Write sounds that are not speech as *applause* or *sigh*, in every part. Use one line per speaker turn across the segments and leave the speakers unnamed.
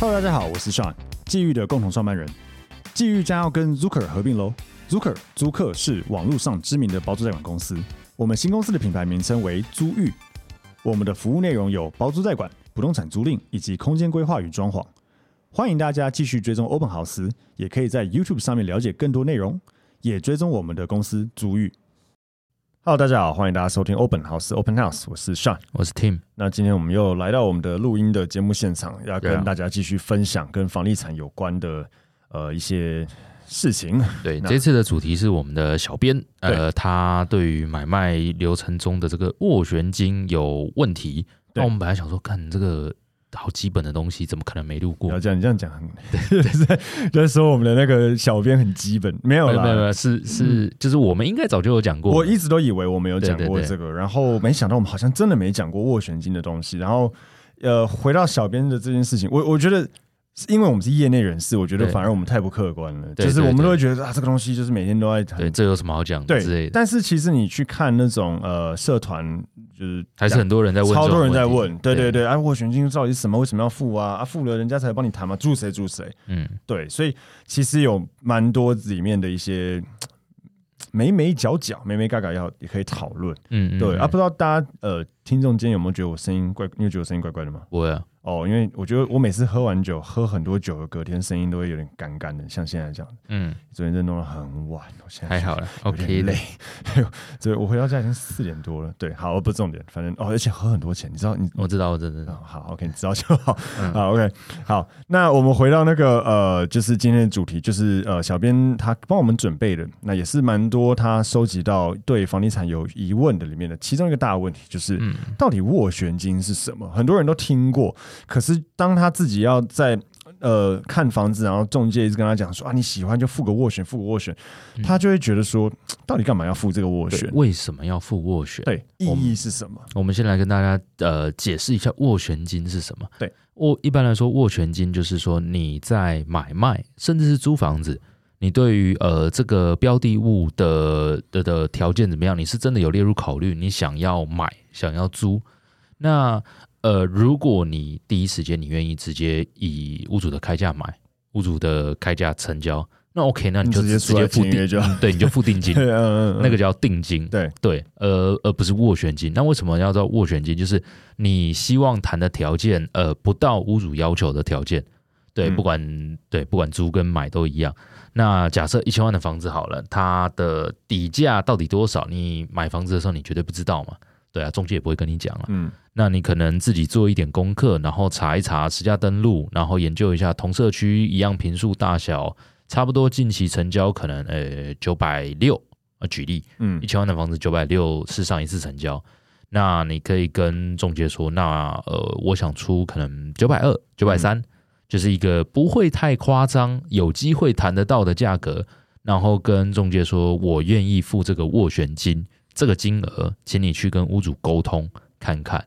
Hello，大家好，我是 Sean，际遇的共同创办人。际遇将要跟 Zucker 合并喽。Zucker 租客是网络上知名的包租代管公司。我们新公司的品牌名称为租遇。我们的服务内容有包租代管、不动产租赁以及空间规划与装潢。欢迎大家继续追踪 Open House，也可以在 YouTube 上面了解更多内容，也追踪我们的公司租遇。Hello，大家好，欢迎大家收听 Open House Open House，我是 Sean。
我是 Tim，
那今天我们又来到我们的录音的节目现场，要
对
跟
啊
大家继续分享跟房地产有关的呃一些事情。
对，
那
这次的主题是我们的小编，呃，他对于买卖流程中的这个斡旋金有问题。
对
那我们本来想说，看这个好基本的东西，怎么可能没录
不
过
要？这样，你这样讲
*laughs*
很， *laughs* 就是在就是说我们的那个小编很基本，没有
没有没有，没
啦。嗯
有是是，就是我们应该早就有讲过。
我一直都以为我们有讲
对对
过
对
这个，然后没想到我们好像真的没讲过斡旋金的东西。然后，呃，回到小编的这件事情，我我觉得，因为我们是业内人士，我觉得
对
反而我们太不客观了。
对
就是
对
我们
对
都会觉得啊，这个东西就是每天都在谈
对，这有什么好讲之类
对，
的？
但是其实你去看那种呃社团，就是
还是很多人在问，
超多人在问，对对
对，
对，啊，斡旋金到底是什么？为什么要付啊？啊，付了人家才帮你谈嘛，住谁住谁？
嗯，
对，所以其实有蛮多里面的一些眉眉角角、眉眉嘎嘎要也可以讨论。
嗯嗯，
对、
嗯
啊，不，知道大家呃听众间有没有觉得我声音怪？你有觉得我声音怪怪的吗？
不会啊，
哦，因为我觉得我每次喝完酒，喝很多酒，隔天声音都会有点干干的，像现在这样。
嗯，
昨天真的弄得很晚，我现在
还好啦
有
OK
点
的
累， *laughs* 对，我回到家已经四点多了。对，好，不是重点，反正哦，而且喝很多钱，你知道你。
我知道，我真的
哦、好，OK，你知道就好。嗯好，OK，好，那我们回到那个呃，就是今天的主题，就是呃，小编他帮我们准备的，那也是蛮多他收集到对房地产有疑问的里面的，其中一个大问题就是，
嗯
到底斡旋金是什么？很多人都听过，可是当他自己要在呃看房子，然后中介一直跟他讲说啊，你喜欢就付个斡旋，付个斡旋，
嗯
他就会觉得说，到底干嘛要付这个斡旋
对？为什么要付斡旋？
对，意
我们
义是什么？
我们先来跟大家呃解释一下斡旋金是什么。
对，
斡一般来说，斡旋金就是说你在买卖甚至是租房子，你对于呃这个标的物的的的条件怎么样，你是真的有列入考虑，你想要买想要租，那呃如果你第一时间你愿意直接以屋主的开价买，屋主的开价成交，那 OK，那你就
你直接
直接付
出来签约
定
就好
嗯对，你就付定金。
对，嗯嗯，
那个叫定金，
对
对，呃，而不是斡旋金。那为什么要叫斡旋金？就是你希望谈的条件，呃，不到屋主要求的条件，对，
嗯
不管对，不管租跟买都一样。那假设一千万的房子好了，它的底价到底多少？你买房子的时候你绝对不知道嘛，对啊，中介也不会跟你讲了。
嗯
那你可能自己做一点功课，然后查一查实价登录，然后研究一下同社区一样平数大小，差不多近期成交可能呃九百六啊，举例，
嗯
一千万的房子九百六是上一次成交，那你可以跟中介说，那呃，我想出可能九百二、九百三，就是一个不会太夸张，有机会谈得到的价格，然后跟中介说我愿意付这个斡旋金，这个金额，请你去跟屋主沟通看看。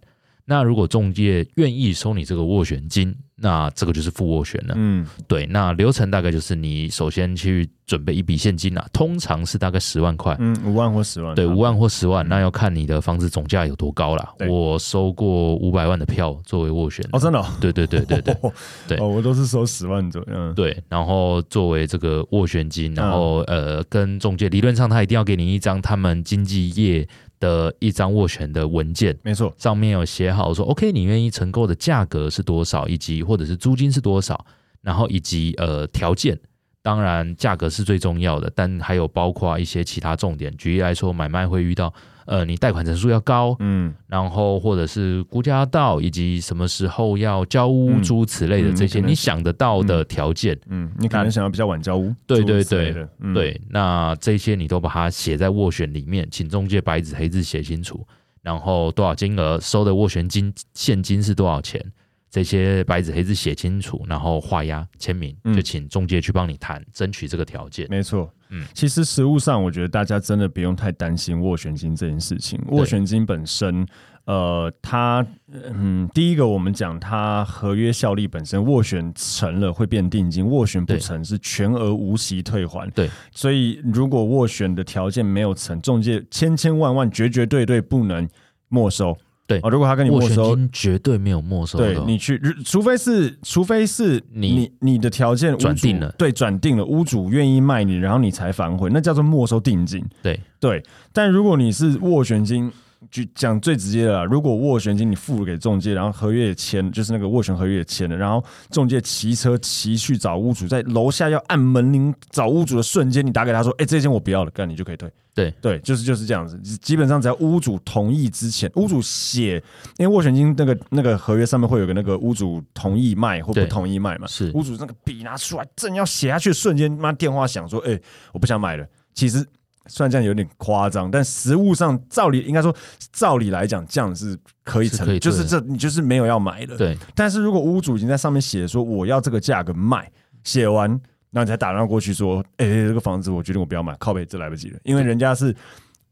那如果中介愿意收你这个斡旋金，那这个就是付斡旋了。
嗯
对，那流程大概就是你首先去准备一笔现金啊，通常是大概十万块。
嗯，五万或十万，
对，五万或十万，
嗯
那要看你的房子总价有多高啦
对。
我收过五百万的票作为斡旋，
哦，真的哦、
对对对对对
*laughs*
对
哦，我都是收十万左右，嗯，
对，然后作为这个斡旋金，然后
嗯
呃，跟中介理论上他一定要给你一张他们经纪业的一张斡旋的文件。
没错，
上面有写好说，OK，你愿意承购的价格是多少，以及或者是租金是多少，然后以及呃条件，当然，价格是最重要的，但还有包括一些其他重点。举例来说，买卖会遇到，呃，你贷款成数要高，
嗯，
然后或者是估价到，以及什么时候要交屋、
嗯
诸如此类的
嗯
这些
可能
你想得到的条件。
嗯，你可能想要比较晚交屋，
对
诸如
对
此类
对
的，嗯，
对，那这些你都把它写在斡旋里面，请中介白纸黑字写清楚，然后多少金额收的斡旋金现金是多少钱，这些白纸黑字写清楚，然后画押签名，
嗯
就请中介去帮你谈，争取这个条件。
没错，
嗯
其实实物上，我觉得大家真的不用太担心斡旋金这件事情。斡旋金本身，呃，它，嗯，第一个我们讲它合约效力本身，斡旋成了会变定金，斡旋不
对
成是全额无息退还。
对，
所以如果斡旋的条件没有成，中介千千万万绝绝对对不能没收。
对
啊，如果他跟你
斡
没
旋
收，
金绝对没有没收的
对
哦，
你去，除非是除非是
你
你你的条件屋主
转定了
对，转定了，屋主愿意卖你，然后你才反悔，那叫做没收定金。
对
对，但如果你是斡旋金，就讲最直接的啦，如果斡旋金你付了给中介，然后合约也签，就是那个斡旋合约也签了，然后中介骑车骑去找屋主，在楼下要按门铃找屋主的瞬间，你打给他说：“哎、这间我不要了，干你就可以退。”
对
对，就是就是这样子。基本上只要屋主同意之前，屋主写，因为斡旋金那个那个合约上面会有个那个屋主同意卖或不
对
同意卖嘛，
是
屋主那个笔拿出来，正要写下去的瞬间，妈电话响说：“哎、我不想买了。”其实虽然这样有点夸张，但实物上照理应该说，照理来讲这样是可以
是
成
可以
立，就是
对
这你就是没有要买的。
对
但是如果屋主已经在上面写说我要这个价格卖，写完，然后你才打电话过去说，哎、这个房子我决定我不要买，靠北这来不及了，因为人家是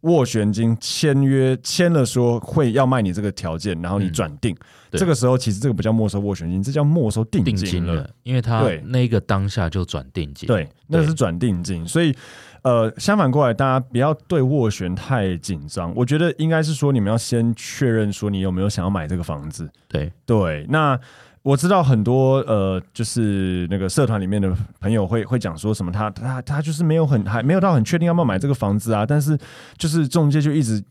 斡旋金签约签了说会要卖你这个条件，然后你转定，
嗯对
这个时候其实这个不叫没收斡旋金，这叫没收定
定
金
金
了。
了，因为他
对
那个当下就转定金，
对，那是转定金，所以呃，相反过来，大家不要对斡旋太紧张。我觉得应该是说，你们要先确认说你有没有想要买这个房子。
对
对，那我知道很多呃，就是那个社团里面的朋友会会讲说什么他，他他就是没有很还没有到很确定要不要买这个房子啊，但是就是中介就一直。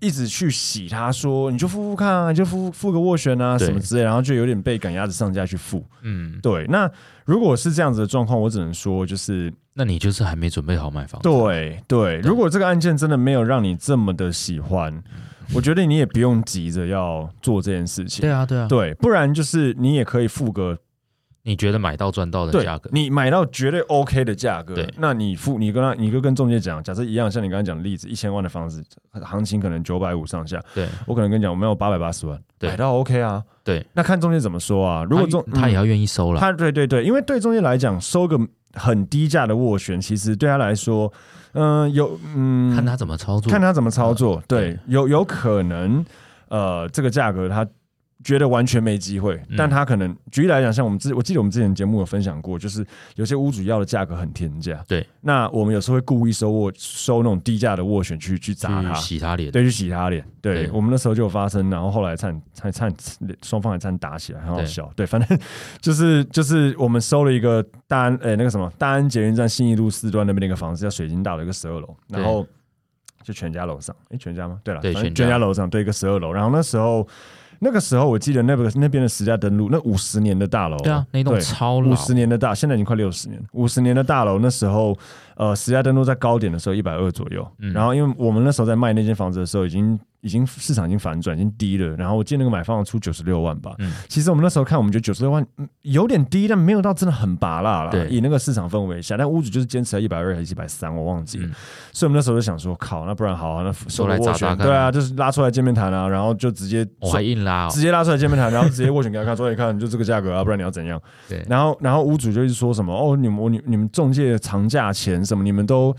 一直去洗他说，你就付付看啊，你就付付个斡旋啊，
对
什么之类，然后就有点被赶鸭子上架去付。
嗯，
对，那如果是这样子的状况，我只能说就是
那你就是还没准备好买房子，
对对，如果这个案件真的没有让你这么的喜欢，
嗯
我觉得你也不用急着要做这件事情
对。啊对啊，
对，不然就是你也可以付个
你觉得买到赚到的
对
价格，
你买到绝对 OK 的价格
对，
那你付你跟他，你就跟中介讲，假设一样，像你刚才讲的例子，一千万的房子，行情可能九百五上下，
对
我可能跟你讲，我没有八百八十万，
对
买到 OK 啊，
对，
那看中介怎么说啊？如果中
他他也要愿意收了，
他对对对，因为对中介来讲，收个很低价的斡旋，其实对他来说，嗯、有嗯，
看他怎么操作，嗯
看他怎么操作。对
对，
有有可能，呃，这个价格他觉得完全没机会，
嗯
但他可能举例来讲，像我们之我记得我们之前节目有分享过，就是有些屋主要的价格很天价，
对，
那我们有时候会故意收斡收那种低价的斡旋去去砸他
去。嗯洗他脸，
对，去洗他脸。对
对
我们那时候就有发生，然后后来差点差点差点双方还差点打起来，很好
对
笑。对，反正 *laughs* 就是就是我们收了一个大安诶、那个什么大安捷运站信义路四段那边的一个房子，叫水晶大楼一个十二楼，然后就全家楼上，诶、全家吗？对了，
对
反正
全家
全家楼上对一个十二楼，然后那时候。那个时候我记得那个那边的十家登录，那五十年的大楼，
对啊，那栋
对
超老
五，十年的大，现在已经快六十年，五十年的大楼，那时候呃，十家登录在高点的时候一百二左右，
嗯
然后因为我们那时候在卖那间房子的时候，已经已经市场已经反转，已经低了，然后我记得那个买方出九十六万吧，
嗯
其实我们那时候看，我们觉得九十六万嗯有点低，但没有到真的很拔辣啦，
对
以那个市场氛围下，但屋主就是坚持在一百二还是一百三，我忘记了，
嗯
所以我们那时候就想说，靠，那不然好啊，那收
来
个斡
砸
旋
砸看
对
啊
啊，就是拉出来见面谈啊，然后就直接
我还硬拉哦，
直接拉出来见面谈，然后直接斡旋给他看，说你看就这个价格啊，不然你要怎样？
对
然后然后屋主就一直说什么哦，你们我你你们中介藏价钱什么，你们都。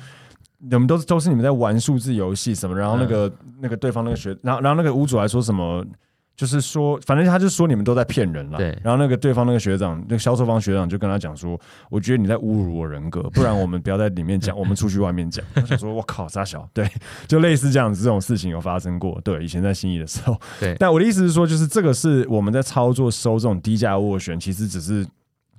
你们都都是你们在玩数字游戏什么，然后那个、那个对方那个学，然后然后那个屋主还说什么，就是说，反正他就说你们都在骗人了。
对
然后那个对方那个学长，那个销售方学长就跟他讲说，我觉得你在侮辱我人格，不然我们不要在里面
*laughs*
讲，我们出去外面讲。我想说，我靠，傻小，对，就类似这样子这种事情有发生过。对，以前在新义的时候，
对
但我的意思是说，就是这个是我们在操作收这种低价斡旋，其实只是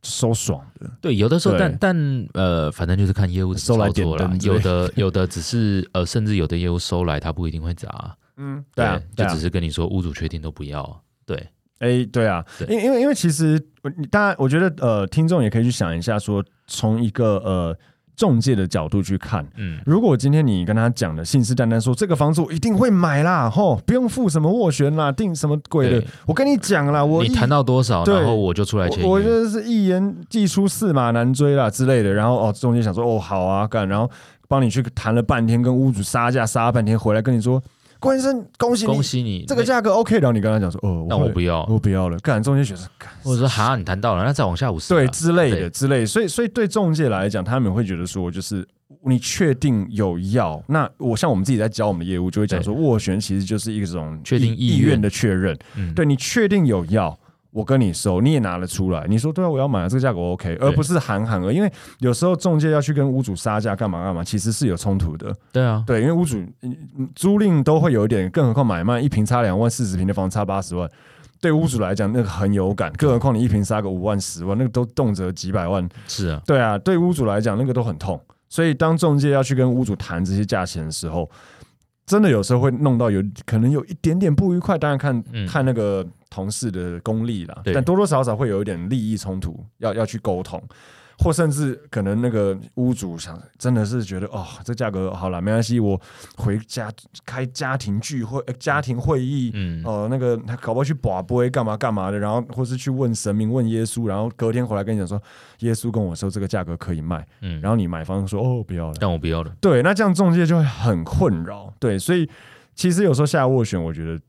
收爽的。
对，有的时候，
对
但但呃，反正就是看业务怎
收来
么操
点
作啦
灯。之类
有的 *laughs* 有的只是呃，甚至有的业务收来，他不一定会砸。
嗯，对啊，对
就
啊
只，是跟你说屋主确定都不要。对
哎，对啊，
对
因因为因为其实我你大家，我觉得呃，听众也可以去想一下说，从一个呃中介的角度去看。
嗯，
如果今天你跟他讲的信誓旦旦说这个房子我一定会买啦，吼，不用付什么斡旋啦，定什么鬼的
对，
我跟你讲啦，我
你
一
谈到多少，
对
然后我就出来签
我我觉
约。
得是一言既出驷马难追啦之类的，然后哦中间想说哦好啊干，然后帮你去谈了半天，跟屋主杀价杀半天，回来跟你说郭先生恭喜你
恭喜你，
这个价格 OK，然后你跟他讲说哦
那我
会
不要。
我不要了，干中间学生干
或者说哈，你谈到了，那再往下五十。啊
对之类的
对
之类的，所以所以对中介来讲，他们会觉得说，就是你确定有要，那我像我们自己在教我们的业务，就会讲说斡旋其实就是一种
确定
意
意愿
愿的确认，
嗯，
对你确定有要。我跟你收，你也拿得出来。你说对啊，我要买啊这个价格我 OK，而不是喊喊而已。因为有时候中介要去跟屋主杀价干嘛干嘛，其实是有冲突的。
对啊，
对，因为屋主嗯租赁都会有一点，更何况买卖一平差两万，四十平的房差八十万，对屋主来讲那个很有感，更何况你一平杀个五万、十万，那个都动辄几百万。
是啊，
对啊，对屋主来讲那个都很痛，所以当中介要去跟屋主谈这些价钱的时候，真的有时候会弄到有可能有一点点不愉快，当然看、
嗯
看那个同事的功力啦，
对
但多多少少会有一点利益冲突，要要去沟通。或甚至可能那个屋主想真的是觉得哦，这价格好了，没关系，我回家开家庭聚会、呃家庭会议，
嗯，
哦，那个他搞不好去把杯干嘛干嘛的，然后或是去问神明、问耶稣，然后隔天回来跟你讲说，耶稣跟我说这个价格可以卖，
嗯，
然后你买方说哦不要了，
但我不要了，
对，那这样中介就会很困扰，对，所以其实有时候下斡旋，我觉得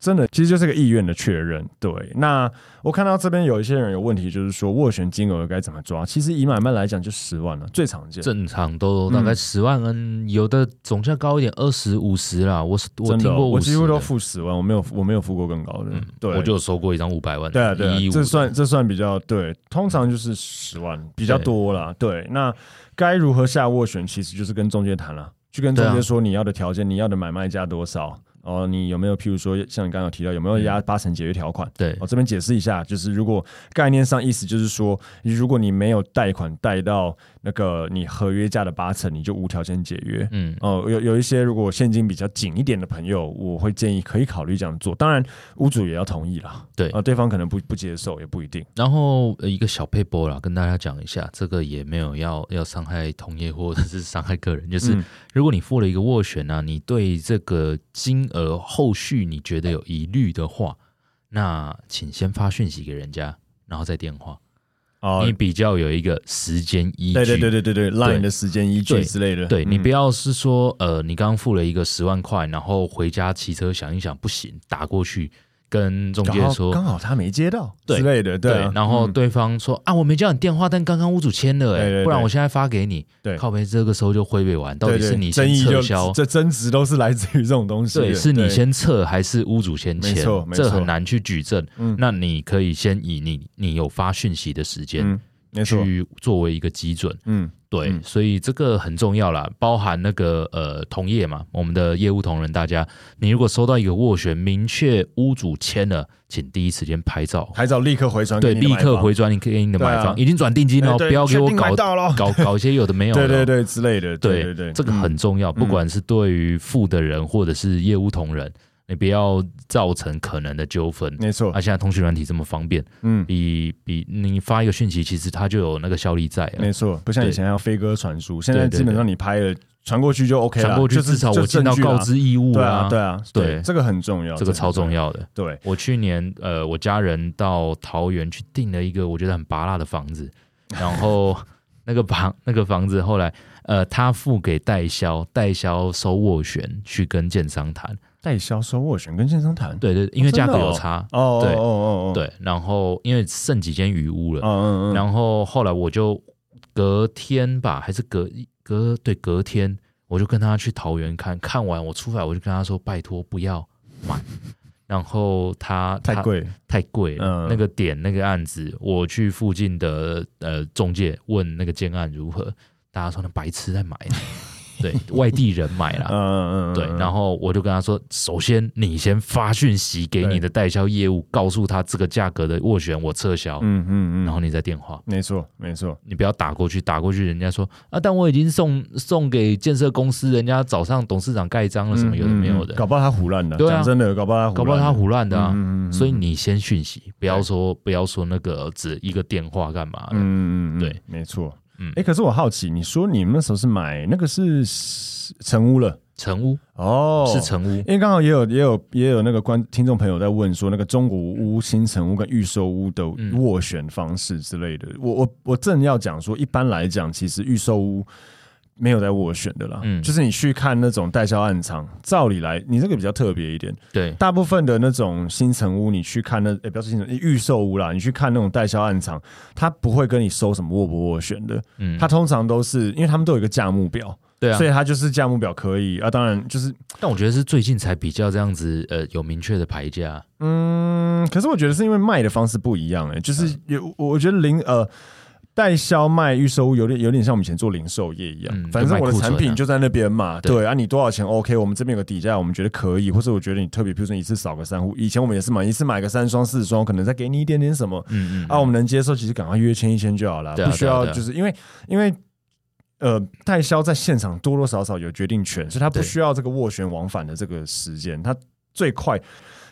真的其实就是个意愿的确认，对。那我看到这边有一些人有问题，就是说斡旋金额该怎么抓？其实以买卖来讲就十万了，最常见，
正常都大概
嗯
十万，嗯，有的总价高一点，二十五十啦，我是我
真
听
的哦、
过
我
五
几
十，
乎都付十万，我没有我没有付过更高的，
嗯，
对，
我就有收过一张五百万的，
对啊，对啊
115，
这
的嗯
算这算比较对，通常就是十万比较多啦。对，那该如何下斡旋，其实就是跟中介谈了，去跟中
对
介
啊
说你要的条件，你要的买卖价多少，哦，你有没有譬如说像你刚刚有提到有没有压八成解约条款？
嗯
哦
对
我、，这边解释一下，就是如果概念上意思就是说，如果你没有贷款贷到那个你合约价的八成，你就无条件解约。
嗯，
哦，有有一些如果现金比较紧一点的朋友，我会建议可以考虑这样做。当然，屋主也要同意啦。
对
啊、对方可能不不接受，也不一定。
然后呃一个小配波啦，跟大家讲一下，这个也没有要要伤害同业或者是伤害个人，就是
嗯
如果你付了一个斡旋啊，你对这个金额后续你觉得有疑虑的话，那请先发讯息给人家，然后再电话，
哦
你比较有一个时间依据。
对对对对对对，Line
对
的时间依据
对
之类的，
对你
嗯
不要是说，呃，你刚刚付了一个十万块，然后回家骑车想一想，不行，打过去跟中介
然后
说，
刚好他没接到
对
之类的，对啊，
然后
嗯
对方说、啊，我没叫你电话，但刚刚屋主签了、欸，
对对
不然
对
我现在发给你。
对
靠背这个时候就挥别完，到底
对对
是你
争
先
议
撤
就
销，
这争执都是来自于这种东西的，
对，是你先撤还是屋主先签
没错？没错
这很难去举证。
嗯
那你可以先以你你有发讯息的时间
嗯，没错，
去作为一个基准，
嗯
对，
嗯
所以这个很重要啦，包含那个呃同业嘛，我们的业务同仁，大家，你如果收到一个斡旋，明确屋主签了，请第一时间拍照，
拍照立刻回传
对，
给你的
立
买方，
刻回转你给你的
对啊
买方，已经转定金了，
哎对
不要给我
确定买
搞
到了，
搞搞一些有的没有的，哦
对对对之类的，对对嗯对，
这个很重要，不管是对于付的人或者是业务同仁，你不要造成可能的纠纷
嗯。没错
啊，，现在通讯软体这么方便，
嗯。
比比你发一个讯息，其实它就有那个效力在啊了。
没错，不像以
对
前还要飞鸽传书，现在
对对
基本上你拍了传过去就 OK 了，
传过去，
就是
至少
就
我尽到
证据
告
啦
知义务
对啊，对
啊，
啊，
对
这个很重要，
这个超重
要，
要的。
对，
我去年呃，我家人到桃园去订了一个我觉得很拔辣的房子，然
*laughs*
后那个房那个房子后来呃，他付给代销，代销收斡旋去跟建商谈，
代销售斡旋跟建商谈，
对对，因为价格有差，
哦，
对
哦哦哦，，
对，然后因为剩几间余屋了，
嗯嗯嗯，
然后后来我就隔天吧，还是隔隔对隔天，我就跟他去桃园看看完，我出来我就跟他说拜托不要买， *laughs* 然后他
太
他
贵，
太贵
嗯
了，那个点那个案子，我去附近的呃中介问那个建案如何，大家说那白痴在买， *laughs*
*laughs*
对外地人买啦，
嗯嗯，
啊对，然后我就跟他说，首先你先发讯息给你的代销业务，告诉他这个价格的斡旋我撤销，
嗯嗯嗯，
然后你再电话，
没错没错，
你不要打过去，打过去人家说啊，但我已经送送给建设公司，人家早上董事长盖章了，什么有的没有的，
嗯搞不好他胡乱的，
对啊
讲真的，搞不好他
搞不好他胡乱的啊。
嗯嗯嗯
所以你先讯息，不要说不要说那个只一个电话干嘛的，
嗯嗯嗯，
对，
没错。嗯
嗯，
哎，可是我好奇，你说你们那时候是买那个是成屋了
成屋
哦，
是。成屋，
*laughs*
*laughs*
因为刚好也有也有也有那个观听众朋友在问说，那个中古屋、新成屋跟预售屋的
嗯
斡旋方式之类的。我我我正要讲说，一般来讲，其实预售屋没有在斡旋的啦。
嗯
就是你去看那种代销暗藏，照理来，你这个比较特别一点。
对，
大部分的那种新城屋，你去看那，诶、不要说新城预售屋啦，你去看那种代销暗场，他不会跟你收什么斡不斡旋的，
嗯，
他通常都是因为他们都有一个价目表，
对啊
所，以他就是价目表可以啊，当然就是
但我觉得是最近才比较这样子，呃，有明确的牌
哦
价，
嗯，可是我觉得是因为卖的方式不一样、欸，就是有，我我觉得零呃。代销卖预售屋有点有点像我们以前做零售业一样，
嗯
反正我的
就卖库存
产
啊
品就在那边嘛，
对
对啊，你多少钱 OK，我们这边有个底价，我们觉得可以，或者我觉得你特别，比如说你一次少个三户，以前我们也是嘛，一次买个三双四双，可能再给你一点点什么，
嗯嗯，
啊，我们能接受，其实赶快约签一签就好了，
对啊
不需
对啊
要
对啊
就是因为因为呃，代销在现场多多少少有决定权，所以他不
对
需要这个斡旋往返的这个时间，他最快。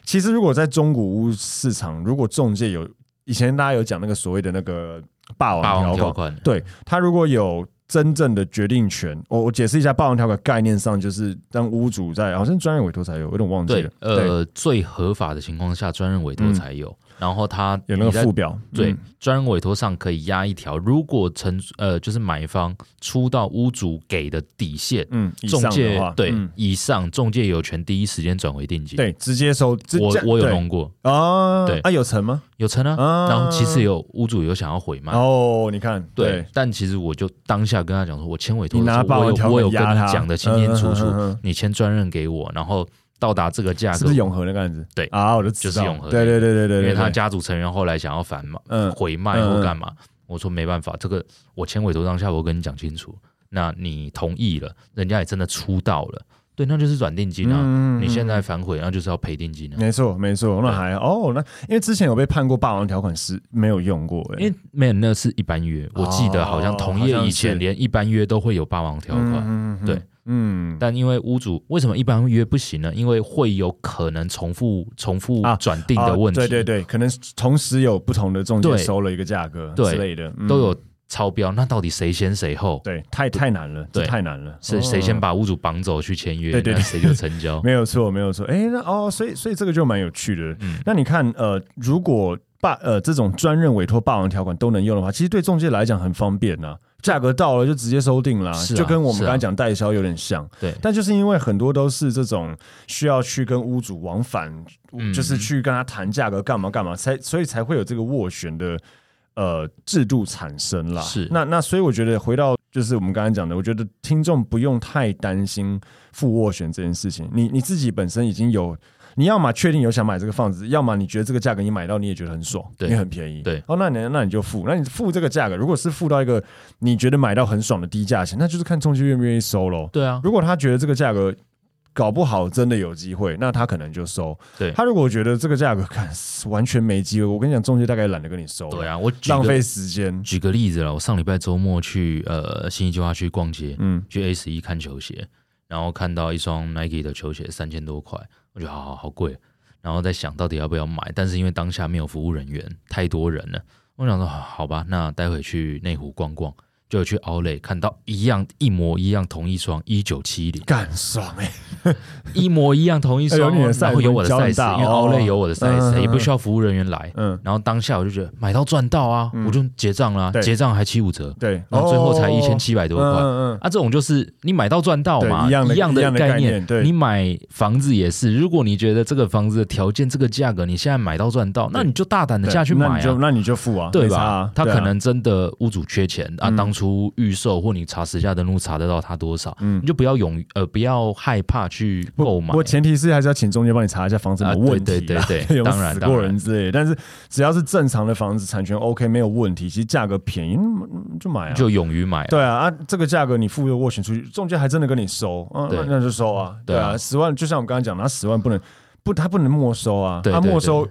其实如果在中古屋市场，如果中介有以前大家有讲那个所谓的那个霸
霸
王条
王条
款，
款，
对他如果有。真正的决定权，我我解释一下霸王条款概念上，就是让屋主在好像专业委托才有，有点忘记
对
了。，嗯
呃，最合法的情况下，专任委托才有。然后他
有那个
你在
附表，
对
嗯
专任委托上可以压一条，如果承呃就是买方出到屋主给的底线，
嗯，以上
中
的
介
话
对
嗯
以上中介有权第一时间转回定金。，
对，直接收。直
我
接
我有
对
弄过，
啊，
对
啊有成吗？
有成
啊
啊。然后其实有屋主有想要回嘛，
哦，你看，
对，，但其实我就当下跟他讲说，我签委托
你
的时
拿
候，
霸
我
王条
有
款
我有跟
压他
你讲的清清楚
嗯
楚
嗯嗯嗯，
你签专任给我，然后到达这个价
是
格
不是，永和那个案子？
对
啊，我就知道
就是永和
对
那
对
个
对对对对，
因为他
对
家族成员后来想要反嘛，
嗯
回卖或干嘛。我说没办法，这个我签委托当下我跟你讲清楚，那你同意了，人家也真的出道了，对，那就是转定金啊。
嗯
你现在反悔，那就是要赔定金啊。
没错没错，那还哦，那因为之前有被判过霸王条款是没有用过，哎
因为没有那是一般约，我记得好像同业
哦好像是
以前连一般约都会有霸王条款，
嗯嗯嗯
对
嗯。
但因为屋主为什么一般约不行呢？因为会有可能重复重复
啊
转定的问题，
啊对对对，可能同时有不同的中介
对
收了一个价格
对
之类的，嗯
都有超标，那到底谁先谁后？
对，太太难了，这
对
太难了，
是
哦
谁先把屋主绑走去签约，
对对对
那谁就成交。
*laughs* 没有错，没有错。哎，那哦，所以所以这个就蛮有趣的。
嗯
那你看，呃，如果霸呃这种专任委托霸王条款都能用的话，其实对中介来讲很方便呐、啊价格到了就直接收定啦，
是啊
就跟我们
是啊
刚才讲代销有点像。
对
但就是因为很多都是这种需要去跟屋主往返，
嗯
就是去跟他谈价格干嘛干嘛，才所以才会有这个斡旋的呃制度产生啦。
是
那那所以我觉得回到就是我们刚才讲的，我觉得听众不用太担心负斡旋这件事情，你你自己本身已经有。你要么确定有想买这个房子，要么你觉得这个价格你买到你也觉得很爽，
对
因为很便宜，
对
哦，那你那你就付，那你付这个价格，如果是付到一个你觉得买到很爽的低价钱，那就是看中介愿不愿意收喽。
对啊，
如果他觉得这个价格搞不好真的有机会，那他可能就收。
对
他如果觉得这个价格看完全没机会，我跟你讲，中介大概懒得跟你收了，
对啊，我举
哦浪
个
费时间。
举个例子了，我上礼拜周末去呃新一计划去逛街，
嗯，，
去 A 十一看球鞋，然后看到一双 Nike 的球鞋三千多块，我觉得好好好贵，然后在想到底要不要买，但是因为当下没有服务人员，太多人了，我想说好好吧，那待会去内湖逛逛，就有去 Outlet 看到一样一模一样同一双一九七零
干爽哎、
欸一模一样同一
哎有
双
你的
哦，
size，
然后有我的
脚很
size，
大
因为
哦
Outlet 有我的
嗯嗯
size，
嗯
也不需要服务人员来，
嗯，
然后当下我就觉得买到赚到啊，我就结账啦、
对
结账还七五折，
对，
然后最后才
哦
一千七百多块。
嗯嗯
啊，这种就是你买到赚到
对
嘛，
一样的一样
的
的概念对
你买房子也是，如果你觉得这个房子的条件、这个价格，你现在买到赚到，那你就大胆的
嗯，
下去
那
买
你就
啊，
那你就付啊，
对
没差
吧
啊？
他
对啊
可能真的屋主缺钱啊，
嗯
当出预售，或你查时价登录查得到它多少，
嗯
你就不要勇于呃不要害怕去
不
购买
不过。前提是还是要请中介帮你查一下房子有没有
啊
问题啦、
对对对对
*laughs* 有没有
当然
死
当
过
然
人之类的。但是只要是正常的房子，产权 OK 没有问题，其实价格便宜嗯就买啊。
就勇于买，
对啊，啊，这个价格你付斡旋出去，中介还真的跟你收，嗯、
对
那那就收啊，对
对啊
啊，十万就像我刚刚讲的，他十万不能不，他不能没收啊，
对
他
对
没
对
收，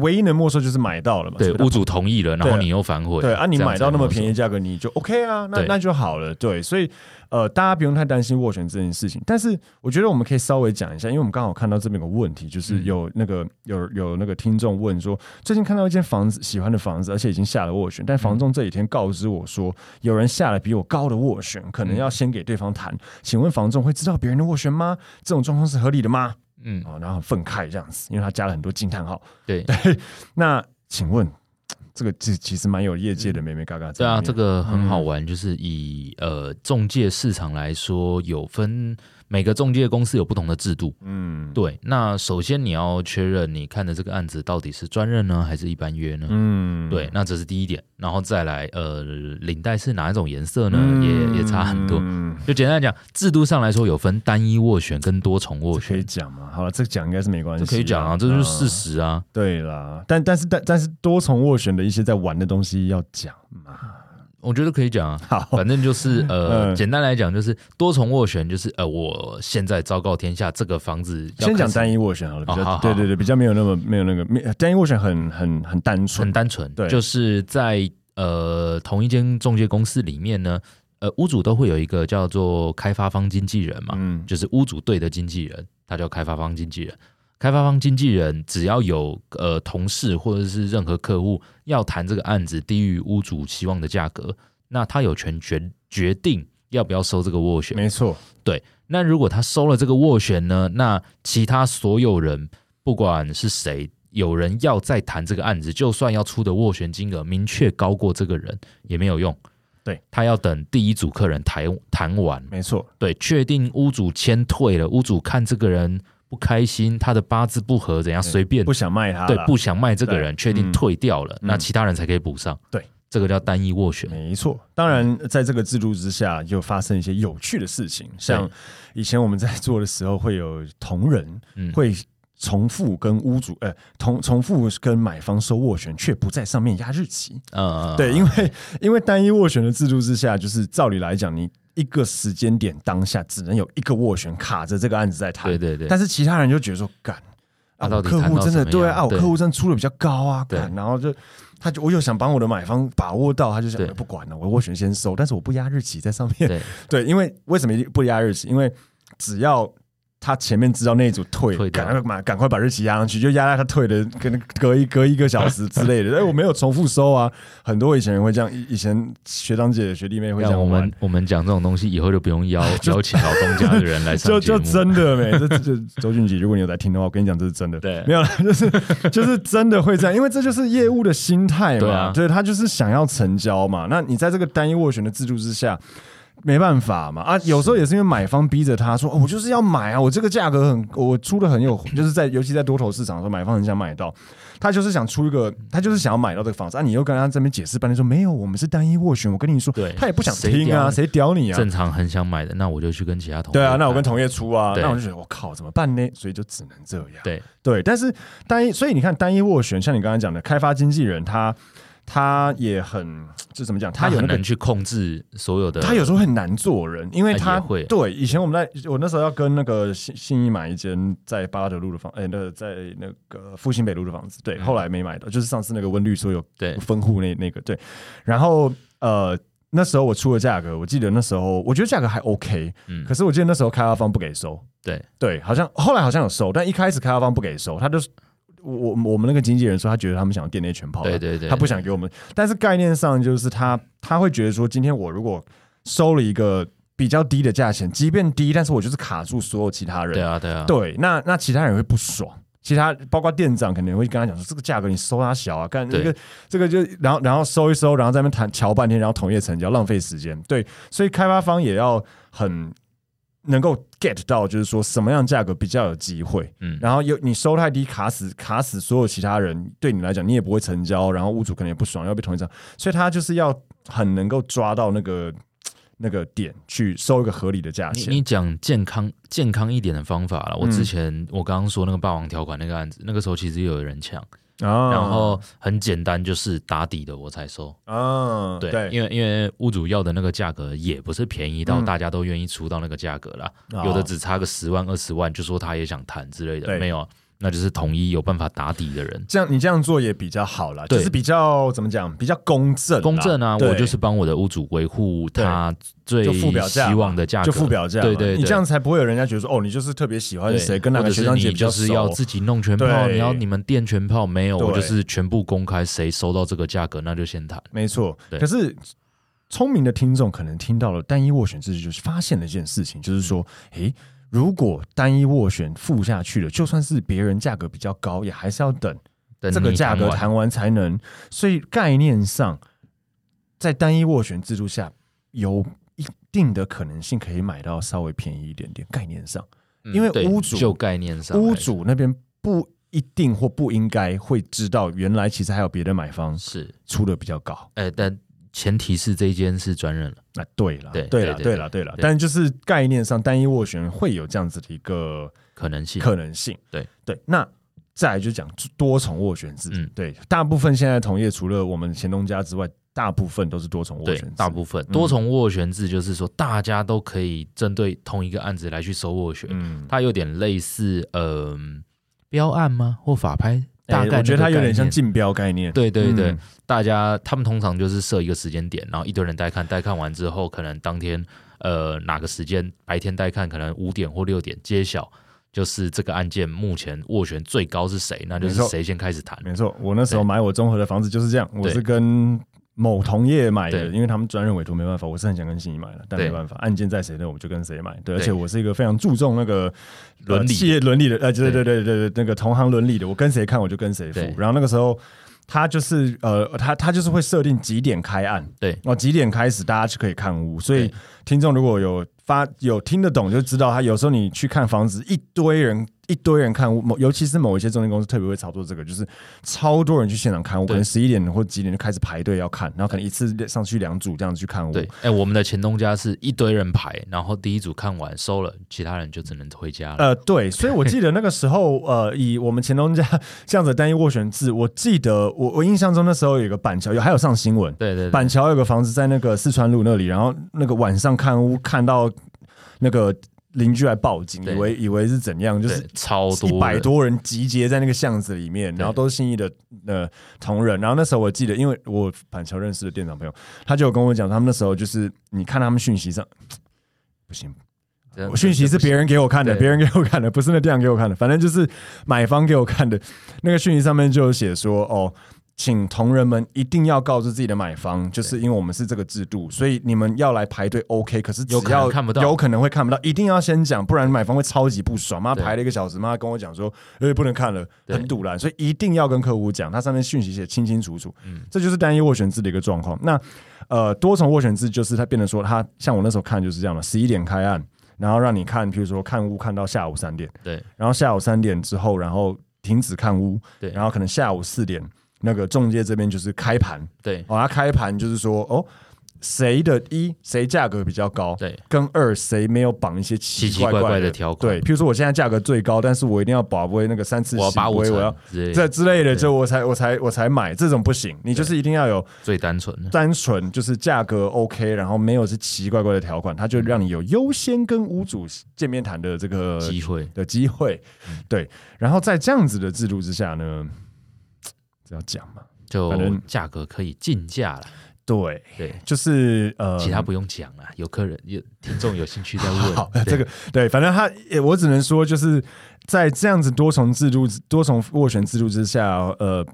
唯一能没哦收就是买到了嘛，
对
所以他
屋主同意了，然后
对
你又反悔，
对啊，你
这样
买到那么便宜
才
的价格，你就 OK 啊，那
对
那就好了。对，所以呃，大家不用太担心斡旋这件事情。但是我觉得我们可以稍微讲一下，因为我们刚好看到这边有个问题，就是
嗯
有那个、有有那个听众问说，最近看到一间房子喜欢的房子，而且已经下了斡旋，但
嗯
房仲这几天告知我说，有人下了比我高的斡旋，可能
嗯
要先给对方谈。请问房仲会知道别人的斡旋吗？这种状况是合理的吗？
能收，嗯，
啊、然后很愤慨这样子，因为他加了很多惊叹号。
对，
那请问。这个其其实蛮有业界的妹妹嘎嘎在
对
里
啊，
面
这个很好玩，就是以呃中介市场来说，有分每个中介公司有不同的制度。
嗯，
对，那首先你要确认你看的这个案子到底是专任呢，还是一般约呢？
嗯，
对，那这是第一点，然后再来，呃，领带是哪一种颜色呢？
嗯
也也差很多。
嗯
就简单来讲，制度上来说有分单一斡旋跟多重斡
这可以
旋，
讲嘛？好了，这讲应该是没关系
这
啦，
可以讲啊，这就是事
嗯。
实啊。
对啦，但但是但但是多重斡旋的一些在玩的东西要讲嘛。
我觉得可以讲啊。
好，
反正就是呃，
嗯
简单来讲就是多重斡旋，就是呃，我现在昭告天下，这个房子要
先
开
讲
始
单一斡旋好了，比
哦好
较
好
对对对，比较没有那么没有那个没单一斡旋很很很单
很
纯，
单纯，
对
就是在呃同一间中介公司里面呢，呃屋主都会有一个叫做开发方经纪人嘛，
嗯，
就是屋主队的经纪人，他叫开发方经纪人。开发方经纪人只要有呃同事或者是任何客户要谈这个案子低于屋主期望的价格，那他有权决决定要不要收这个斡旋。
没错，
那如果他收了这个斡旋呢，那其他所有人不管是谁，有人要再谈这个案子，就算要出的斡旋金额明确高过这个人也没有用。
对
他要等第一组客人谈谈完，
没错，
对，确定屋主签退了，屋主看这个人不开心，他的八字不合，怎样随便
不想卖它啦，
对不想卖这个人，
对
确定
嗯
退掉了，
嗯
那其他人才可以补上。
对，
这个叫单一斡旋。
没错，当然，在这个制度之下，就发生一些有趣的事情，像以前我们在做的时候，会有同仁
嗯
会重复跟屋主，呃，重重复跟买方收斡旋，却不在上面压日期。
嗯，嗯
对，因为因为单一斡旋的制度之下，就是照理来讲，你一个时间点当下只能有一个斡旋卡着这个案子在谈，
对对对，
但是其他人就觉得说，干
啊
啊，
到
我
底
客
谈
户
到
真的
什么
对
样
啊，我
对
客户真的出的比较高啊，
对
干，然后就他就我又想帮我的买方把握到，他就想
对
哎不管了，我斡旋先收，但是我不压日期在上面，
对
*laughs* 对，因为为什么不压日期？因为只要他前面知道那一组退，
退掉
赶快把赶快把日期压上去，就压在他退的，可能隔一隔一个小时之
*laughs*
类的。哎，我没有重复收啊，很多以前人会这样，以以前学长姐、学弟妹会这
让我
样玩
们。我们讲这种东西，以后就不用
*laughs*
邀邀请老东家的人来上
就
节
就
目。
真的没，这这这周俊杰，如果你有在听的话，我跟你讲，这是真的。
对
没有啦， *laughs* 就是就是真的会这样，因为这就是业务的心态嘛。
对啊
对他就是想要成交嘛。那你在这个单一斡旋的制度之下。没办法嘛啊，有时候也是因为买方逼着他说、哦，我就是要买啊，我这个价格很，我出的很有，就是在尤其在多头市场的时候，买方很想买到，他就是想出一个，他就是想要买到这个房子啊，你又跟他这边解释半天说没有，我们是单一斡旋，我跟你说
对，
他也不想
谁
听
屌
啊，
你
谁屌你啊？
正常很想买的，那我就去跟其他同
对啊，
业
那我跟
谈
同业出啊，
对
那我就觉得我靠，怎么办呢？所以就只能这样。
对
对，但是单一，所以你看单一斡旋，像你刚刚讲的，开发经纪人他他也很，这怎么讲？
他
有
很
那个
难去控制所有的，
他有时候很难做人，因为
他
他
也会
对以前我们在我那时候要跟那个信信义买一间在巴德路的房，哎、那个在那个复兴北路的房子，对，
嗯
后来没买到，就是上次那个温律说有
对
分户那那个对，然后呃那时候我出的价格，我记得那时候我觉得价格还 OK，
嗯
可是我记得那时候开发方不给收，
对
对，好像后来好像有收，但一开始开发方不给收，他就是我我们那个经纪人说他觉得他们想要店内全跑，
对对对，
啊他不想给我们。但是概念上就是他他会觉得说，今天我如果收了一个比较低的价钱，即便低，但是我就是卡住所有其他人。
对啊对啊，
对那那其他人会不爽。其他包括店长可能会跟他讲说，这个价格你收他小啊，干
对
这个这个就然后然后收一收，然后在那边谈瞧半天，然后同业成交，浪费时间。对，所以开发方也要很能够 get 到，就是说什么样价格比较有机会。
嗯
然后有你收太低，卡死卡死所有其他人，对你来讲你也不会成交，然后屋主可能也不爽，要被同一张，所以他就是要很能够抓到那个那个点去收一个合理的价
你
钱。
你讲健康健康一点的方法了。我
嗯
之前、我刚刚说那个霸王条款那个案子，那个时候其实有人抢，
啊
嗯然后很简单，就是打底的我才收。
啊，
对，
对，
因为因为屋主要的那个价格也不是便宜到
嗯
大家都愿意出到那个价格啦，
哦
有的只差个十万二十万就说他也想谈之类的，
对
没有，啊那就是统一有办法打底的人。
这样你这样做也比较好啦，
对
就是比较怎么讲，比较公正啦，
公正啊，
对
我就是帮我的屋主维护他最
就付表价嘛
希望的价格，
就付表价嘛，
对对，对
你这样才不会有人家觉得说哦，你就是特别喜欢
对
谁，跟哪个
或者
学
是
长姐
你
比较
就是要
熟。
自己弄全炮，
对
你要你们垫全炮没有，
对
我就是全部公开，谁收到这个价格那就先谈。
没错，
对
可是聪明的听众可能听到了单一斡旋制，就是发现了一件事情，就是说，
嗯
诶，如果单一斡旋付下去了，就算是别人价格比较高，也还是要等
等
这个
你
价格
完
谈完才能。所以概念上，在单一斡旋制度下，有一定的可能性可以买到稍微便宜一点点。概念上，
嗯
因为
对
屋主
就概念上来说，
屋主那边不一定或不应该会知道，原来其实还有别的买方
是，
出的比较高。
哎，但前提是这一间是专任了。
啊，对了，
对
对了，
对对
对了，对了，
对
但就是概念上，单一斡旋会有这样子的一个
可能性，
可能性。
对
对，那再来就讲多重斡旋制。
嗯
对，大部分现在同业除了我们前东家之外，大部分都是多重斡
对
旋制。，
大部分
嗯
多重斡旋制就是说，大家都可以针对同一个案子来去收斡旋，
嗯，
它有点类似呃标案吗？或法拍？大
哎
概
我觉得它
那个
有点
概
像
念
竞标概念。
对对对，
嗯
大家他们通常就是设一个时间点，然后一堆人带看，带看完之后，可能当天呃哪个时间白天带看，可能五点或六点揭晓，就是这个案件目前斡旋最高是谁，那就
没
是
错
谁先开始谈。
没错，我那时候
对
买我综合的房子就是这样，我
对
是跟某同业买的，
对
因为他们专任委托没办法，我是很想跟信宜买的，但
对
没办法，案件在谁那我们就跟谁买。对，而
对
且我是一个非常注重那个呃
伦理
企业伦理的，呃，对对
对
对对对，那个同行伦理的，我跟谁看我就跟谁付
对。
然后那个时候。他就是呃，他他就是会设定几点开案，
对
然后几点开始大家就可以看屋，所以
对
听众如果有发有听得懂，就知道他有时候你去看房子，一堆人一堆人看屋，某尤其是某一些中介公司特别会操作这个，就是超多人去现场看屋，可
对
能十一点或几点就开始排队要看，然后可能一次上去两组这样子去看屋。
对，哎、我们的前东家是一堆人排，然后第一组看完收了，其他人就只能回家了。
呃，对，所以我记得那个时候，呃，以我们前东家这样子的单一斡旋制，我记得我我印象中那时候有一个板桥有还有上新闻，
对对对，
板桥有个房子在那个四川路那里，然后那个晚上看屋看到那个邻居来报警，
对
以为以为是怎样，就
对
是
超多
一百
人，
多人集结在那个巷子里面，
对
然后都是信义的呃同仁。然后那时候我记得，因为我板桥认识的店长朋友，他就有跟我讲，他们那时候就是你看他们讯息上不行，
真的
我讯息是别人给我看的，
对
别人给我看的，不是那店长给我看的，反正就是买方给我看的。那个讯息上面就有写说，哦，请同仁们一定要告知自己的买方，就是因为我们是这个制度，所以你们要来排队 OK，可是只
有可能
要
看不到
有可能会看不到，一定要先讲，不然买方会超级不爽。妈
对
排了一个小时，妈跟我讲说，哎，不能看了，
对
很堵然，所以一定要跟客户讲，他上面讯息写清清楚楚。
嗯
这就是单一斡旋制的一个状况。那呃，多重斡旋制就是它变得说，它像我那时候看就是这样嘛，十一点开案，然后让你看，比如说看屋看到下午三点，
对
然后下午三点之后，然后停止看屋，
对
然后可能下午四点，那个中介这边就是开盘，
对
哦，他开盘就是说，哦，谁的一谁价格比较高，
对
跟二谁没有绑一些奇
奇奇怪
怪
怪
的
的条款
对，譬如说我现在价格最高，但是我一定要把握那个三次
我要
行
八五
规我
成
要。
之类的，
这之类的，
对
就我才我才我才买，这种不行，你就是一定要有
最单纯的。
单纯就是价格 OK，然后没有是奇奇怪怪的条款，它就让你有优先跟屋主见面谈的这个
机会
的机会。
嗯
对，然后在这样子的制度之下呢，这要讲嘛？
就
反正
价格可以竞价了，
对，
对，
就是呃，
其他不用讲了，有客人有听众有兴趣
*laughs*
再
好
*laughs* 问，，对
这个对，反正他，也我只能说，就是在这样子多重制度、多重斡旋制度之下，呃，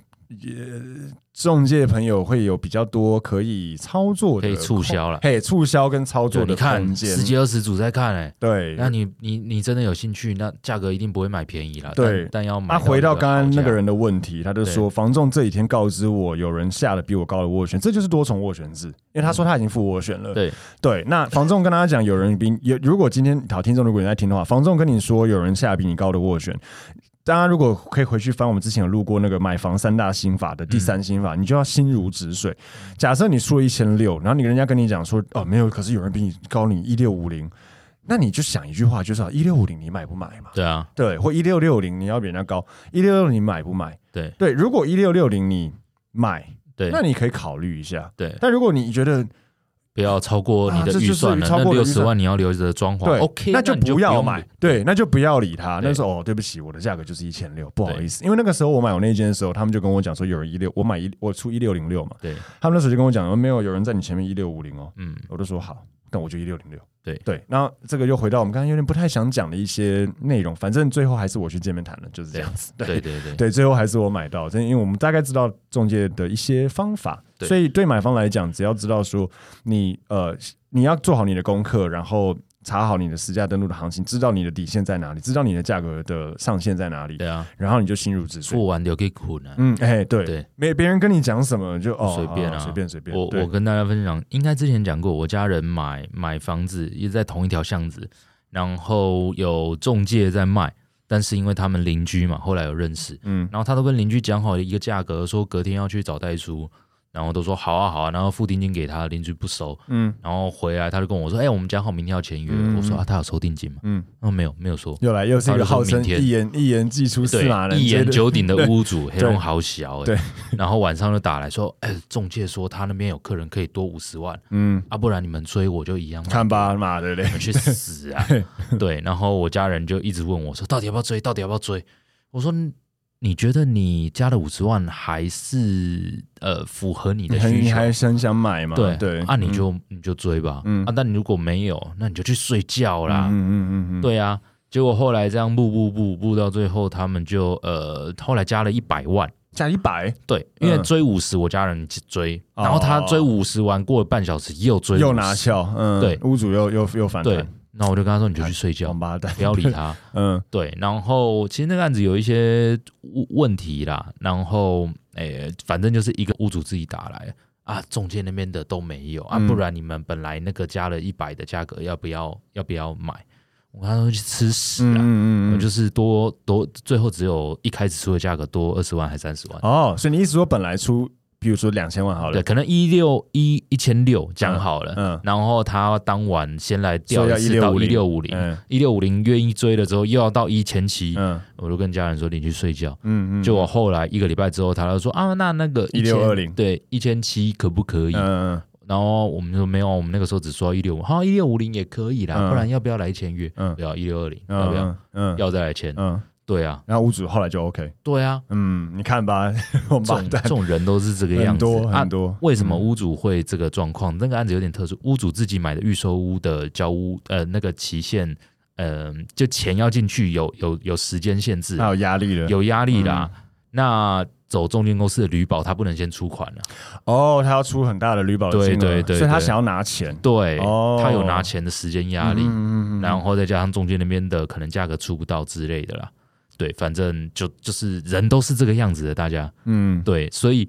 中介朋友会有比较多可以操作的
可
空，
以促销啦
嘿，促销跟操作
对，
的
你看
空
十
间，
几二十组在看哎、
对，
那你你你真的有兴趣，那价格一定不会买便宜啦。
对
但但要买。
那啊回到刚刚那个，人的问题，他就
对
说房仲这几天告知我有人下了比我高的斡旋，这就是多重斡旋制，因为他说他已经付斡旋了。
嗯对
对，那房仲跟大家讲，有人比你有，如果今天好听众如果你在听的话，房仲跟你说有人下比你高的斡旋。大家如果可以回去翻我们之前有录过那个买房三大心法的第三心
嗯
法，你就要心如止水。假设你说一千六，然后你人家跟你讲说哦没有，可是有人比你高你一六五零，那你就想一句话，就是哦一六五零你买不买嘛？
对啊，
对，或一六六零你要比人家高，一六六零买不买？
对
对，如果一六六零你买，
对
那你可以考虑一下。
对，
但如果你觉得
不要超过你
啊
的
这
预
就是
算了。
超过
那
我的
六
预
十
算
万你要留着装潢
对
，OK，
那就
你不
要
用
买，对，那就不要理他。
对
那时候哦，对不起，我的价格就是一千六，不好
对
意思，因为那个时候我买我那间的时候，他们就跟我讲说有人一六，我买一我出一六零六嘛，
对，
他们那时候就跟我讲说没有，有人在你前面一六五零哦，
嗯，
我就说好，但我就一六零六。
对
对，然后这个又回到我们刚刚有点不太想讲的一些内容，反正最后还是我去见面谈了，就是这样子。
对对对，
对，最后还是我买到，真因为我们大概知道中介的一些方法，
对
所以对买方来讲，只要知道说你呃你要做好你的功课，然后查好你的实价登录的行情，知道你的底线在哪里，知道你的价格的上限在哪里，
对啊，
然后你就心如止水。
付完留给苦呢。
嗯，哎、对，
对
没别人跟你讲什么就哦
随便
好
啊，
好随便随便。
我
对
我跟大家分享，应该之前讲过，我家人买买房子也在同一条巷子，然后有中介在卖，但是因为他们邻居嘛，后来有认识，
嗯
然后他都跟邻居讲好一个价格，说隔天要去找代书，然后都说好啊好啊，然后付定金给他，邻居不收，
嗯
然后回来他就跟我说，哎、我们讲好明天要签约，
嗯
我说啊，他有收定金吗？
嗯，
他说没有没有说，
又来又是一个
然后
号
就说
称
明天
一言一言既出驷
对
马，难
一
追
言
的，*laughs*
九鼎的屋主，黑龙好小、欸，
对，
然后晚上就打来说，哎、中介说他那边有客人可以多五十万，
嗯，
啊，不然你们追我就一样，
看吧，妈的嘞
你，们去死
*laughs*
啊！对，然后我家人就一直问我说，到底要不要追？到底要不要追？我说，你觉得你加的五十万还是呃符合你的
你还
需
你还
求？
很想买吗？
对
对，
啊，你
嗯
就你就追吧，
嗯
啊，但你如果没有，那你就去睡觉啦，
嗯嗯嗯嗯，
对啊，结果后来这样步步步步到最后，他们就呃后来加了一百万，
加一百，
对，因为
嗯
追五十，我家人追，
哦
然后他追五十完，过了半小时又追50，
又拿翘，嗯，
对
屋主又又又反
对
弹，，
那我就跟他说你
哎
就去睡觉
王，八蛋，
不要理他。
*laughs* 嗯
对，然后其实那个案子有一些问问题啦，然后诶、反正就是一个屋主自己打来啊，中介那边的都没有啊，
嗯
不然你们本来那个加了一百的价格，要不要要不要买？我跟他说去吃屎
嗯
啊！
嗯嗯，
就是是多多，最后只有一开始出的价格多二十万还三十万，
哦，所以你意思说本来出，比如说两千万好
对，
了，
可能一六一一千六讲好了，
嗯嗯
然后他当晚先来
所
调
以要
一次到一六
1650
五零，
嗯
一六五零愿意追了之后又要到一千七，
嗯
我就跟家人说你去睡觉。
嗯嗯，
结果后来一个礼拜之后，他就说啊，那那个
1620
对，一千七可不可以？
嗯
然后我们就说没有，我们那个时候只说一六五，好一六五零也可以啦，
嗯
不然要不要来签约？
嗯
不要啊一六二零，要不要？
嗯嗯
要再来签？
嗯，
对啊，
然后屋主后来就 OK，
对啊，
嗯，你看吧，王
这
八
种
蛋
这，种人都是这个样
很
子
多嗯
啊
很。多，
为什么屋主会这个状况？那个案子有点特殊，屋主自己买的预售屋的交屋，呃，那个期限，呃，就钱要进去有有有时间限制，
他有压力了，
有压力啦。
嗯
那走中介公司的旅保，他不能先出款啊了、
哦，他要出很大的旅保的
对
金额
对对
所以他
对
想要拿钱，
对，
哦
他有拿钱的时间压力，
嗯嗯嗯嗯
然后再加上中间那边的可能价格出不到之类的啦。对，反正就就是人都是这个样子的，大家
嗯，
对，所以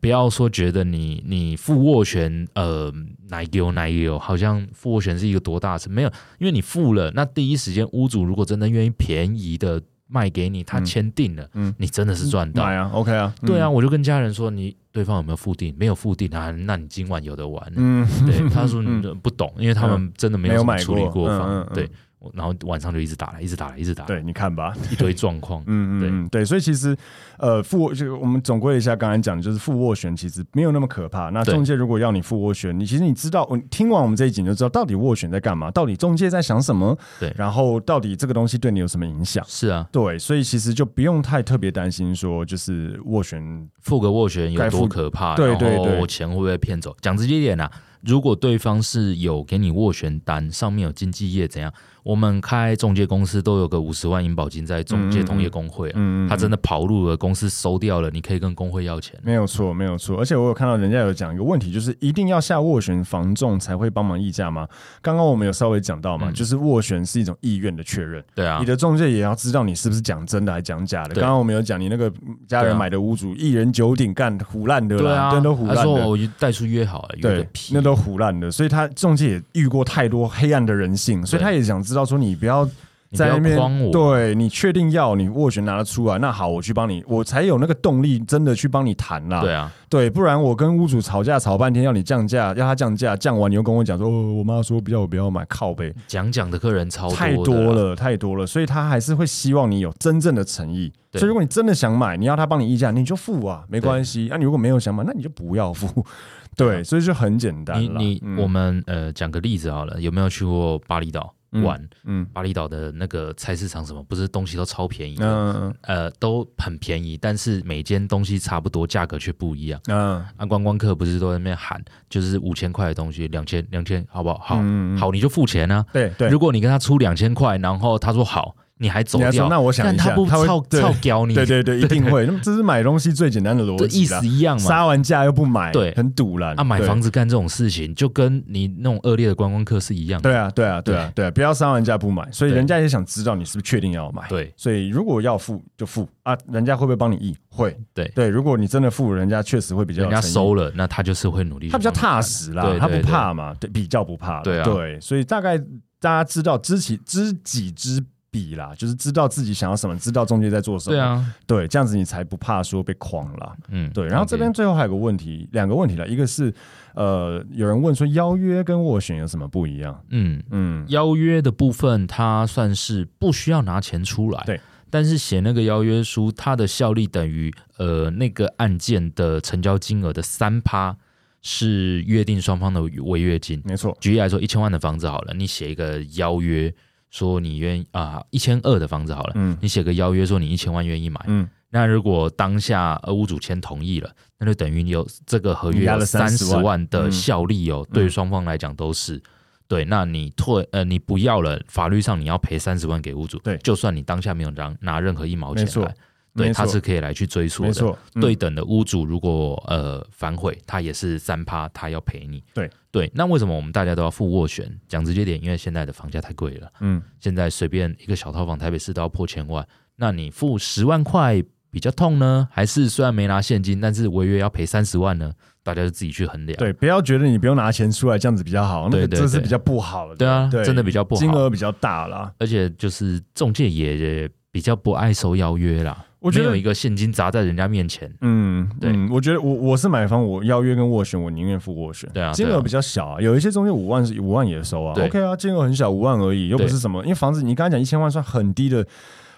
不要说觉得你你付斡旋，呃，奶油奶油，好像付斡旋是一个多大的事，没有，因为你付了，那第一时间屋主如果真的愿意便宜的卖给你，他
嗯
签订了，
嗯
你真的是赚到，
买啊，OK 啊，嗯
对啊，，我就跟家人说，你对方有没有付定？没有付定啊，那你今晚有的玩。
嗯， *laughs*
对，他说你不懂，因为他们真的没有什么
没有买
处
过
理过
嗯
房。
嗯嗯
对，我然后晚上就一直打来，一直打来，一直打来，
对，你看吧，
一堆状况。
*laughs* 嗯
对
嗯嗯，对，所以其实呃，付就我们总归一下，刚才讲就是付斡旋其实没有那么可怕。那
对
中介如果要你付斡旋，你其实你知道，我听完我们这一集你就知道到底斡旋在干嘛，到底中介在想什么，
对
然后到底这个东西对你有什么影响。
是啊，
对，所以其实就不用太特别担心说就是斡旋，嗯
付个斡旋有
该付
多可怕，
对对
然后
对
钱会不会骗走？讲直接一点啊，如果对方是有给你斡旋单，上面有经纪业怎样，我们开中介公司都有个五十万银保金在中介同业工会、啊，
嗯
他真
的
的跑路了，公司收掉了，你可以跟工会要钱。
没有错，没有错。而且我有看到人家有讲一个问题，就是一定要下斡旋房仲才会帮忙议价吗？刚刚我们有稍微讲到嘛，
嗯
就是斡旋是一种意愿的确认。
对啊
你，的中介也要知道你是不是讲真的还讲假的。
对
刚刚我们有讲，你那个家
对
人
啊
买的屋主一人九鼎干胡烂的
对
啦，
啊，
真都胡
他
烂
说
的。
我带出约好了，约个
对，
屁，
那都胡烂的，所以他中介也遇过太多黑暗的人性，所以
对
他也想知道说你不要
你不
在
要
那边
诓我。
对你确定要你斡旋拿得出来，那好，我去帮你，我才有那个动力真的去帮你谈啦。
对啊，
对不然我跟屋主吵架吵半天，要你降价，要他降价，降完你又跟我讲说，哦，我妈说不要，我不要买，靠背，
讲讲的客人超
太
多的啦
多，了，太多了，所以他还是会希望你有真正的诚意。
对
所以如果你真的想买，你要他帮你议价，你就付啊，没
对啊
关系。那、你如果没有想买，那你就不要付。 *laughs* 对，所以就很简单
你
啦
你、
嗯
我们呃讲个例子好了，有没有去过巴厘岛
嗯
玩？
嗯
巴厘岛的那个菜市场什么，不是东西都超便宜的，
嗯
呃，都很便宜，但是每间东西差不多，价格却不一样。
嗯
啊，观光客不是都在那边喊，就是五千块的东西，两千两千，好不好？好、
嗯嗯嗯
好，你就付钱啊。
对对
如。果你跟他出两千块，然后他说好，你还走
你还说
掉，
那我想
但
一
他
下，
不
会
操
对
操屌你，
对对对，一定会。那么这是买东西最简单的逻
这意
辑啦
思，一样嘛。
杀完价又不买，
对
很堵然
啊，买
对
房子干这种事情，就跟你那种恶劣的观光客是一样的。
对啊，对啊，对啊，对啊，不要杀完价不买，所以
对
人家也想知道你是不是确定要买。
对
所以如果要付就付啊，人家会不会帮你议？会。
对
对，如果你真的付，人家确实会比较有
人家
诚意
收了，那他就是会努力去
他
帮
比较
你办，
踏实啦，
对
他不
对
怕嘛，对，比较不怕啦。
对啊
对，所以大概大家知道知己知己知彼啦，就是知道自己想要什么，知道中介在做什么。
对，啊，
对，这样子你才不怕说被诓啦。
嗯，
对，然后这边最后还有个问题，两个问题了，一个是呃，有人问说邀约跟斡旋有什么不一样？
嗯，
嗯，
邀约的部分，它算是不需要拿钱出来，
对。
但是写那个邀约书，它的效力等于呃那个案件的成交金额的三趴是约定双方的违约金。
没错。
举例来说，一千万的房子好了，你写一个邀约说你愿意啊一千二的房子好了，
嗯
你写个邀约说你一千万愿意买，
嗯，
那如果当下呃屋主签同意了，那就等于你有这个合
你
约
押了
有三
30
十
万
万的
嗯
效力哦，对于双方来讲都是。对，那你退呃，你不要了，法律上你要赔三十万给屋主。
对
就算你当下没有拿拿任何一毛
没
钱
错
来，啊对，
没
他
错
是可以来去追溯
没
的。
错，嗯
对等的屋主如果呃反悔，他也是三趴，他要赔你。
对
对，那为什么我们大家都要付斡旋？讲直接点，因为现在的房价太贵了。
嗯，
现在随便一个小套房，台北市都要破千万，那你付十万块比较痛呢，还是虽然没拿现金，但是违约要赔三十万呢？大家就自己去衡量。
对，不要觉得你不用拿钱出来，这样子比较好，那
对
个
对
这是
对
比较不好的。
对啊真的比较不好
金额比较大啦。
而且就是中介也比较不爱收邀约啦，
我觉得
没有一个现金砸在人家面前。
嗯，
对
嗯我觉得我我是买方，我邀约跟斡旋，我宁愿付斡旋。
对啊
金
对
额
啊
比较小啊，有一些中介五万是五万也收啊
对
，OK 啊，金额很小，五万而已，又不
对
是什么，因为房子你刚才讲一千万算很低的。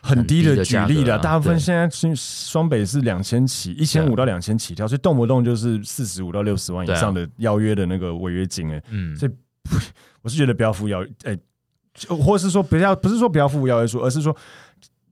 很
很
低
低
的
的
举
价
例
格
了，
啊
大部分
对
现在是双北是两千起，一千五到两千起跳，所以动不动就是四十五到六十万以
啊对啊
上的邀约的那个违约金，哎，
嗯
这，我是觉得不要付邀，哎、就或是说不要，不是说不要付邀约书，而是说